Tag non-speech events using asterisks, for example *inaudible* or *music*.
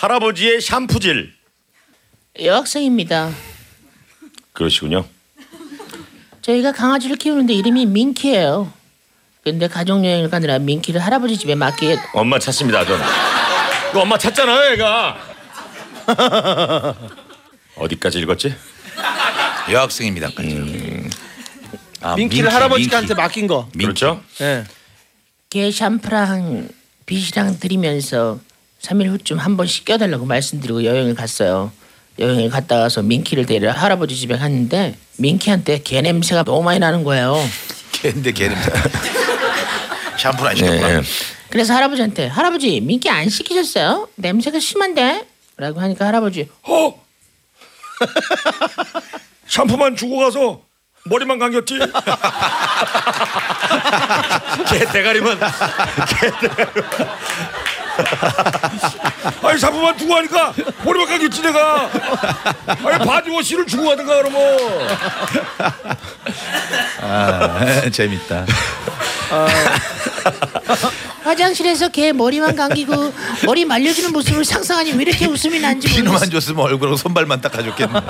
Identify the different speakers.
Speaker 1: 할아버지의 샴푸질.
Speaker 2: 여학생입니다.
Speaker 1: 그러시군요.
Speaker 2: 저희가 강아지를 키우는데 이름이 민키예요. 근데 가족여행을 가느라 민키를 할아버지 집에 맡기에
Speaker 1: 엄마 찾습니다, 전. 이거 엄마 찾잖아요, 얘가. *laughs* 어디까지 읽었지?
Speaker 3: 여학생입니다. 아, 민키,
Speaker 4: 민키를 음. 할아버지한테
Speaker 3: 민키.
Speaker 4: 맡긴 거.
Speaker 3: 민키.
Speaker 1: 그렇죠?
Speaker 4: 예.
Speaker 2: 개 샴푸랑 빗이랑 드리면서 3일 후쯤 한 번씩 껴달라고 말씀드리고 여행을 갔어요. 여행을 갔다 와서 민키를 데리러 할아버지 집에 갔는데 민키한테 개 냄새가 너무 많이 나는 거예요.
Speaker 3: 걔인데 걔는 샴푸를 안
Speaker 1: 예,
Speaker 3: 시켰구나.
Speaker 4: 네,
Speaker 1: 예.
Speaker 2: 그래서 할아버지한테 할아버지 민기 안 시키셨어요? 냄새가 심한데? 라고 하니까 할아버지
Speaker 1: 어? *laughs* 샴푸만 주고 가서 머리만 감겼지? *laughs* 개 대가리만. *laughs* 개 대가리만. 아니 샴푸만 주고 하니까 머리만 감겼지 내가. 아니 바지와 실을 주고 가든가 그러면.
Speaker 3: 아, 재밌다.
Speaker 2: 화장실에서 개 머리만 감기고 머리 말려주는 모습을 상상하니 왜 이렇게 웃음이 난지
Speaker 3: 피누만
Speaker 2: 모르겠어
Speaker 3: 줬으면 얼굴하고 손발만 닦아줬겠네.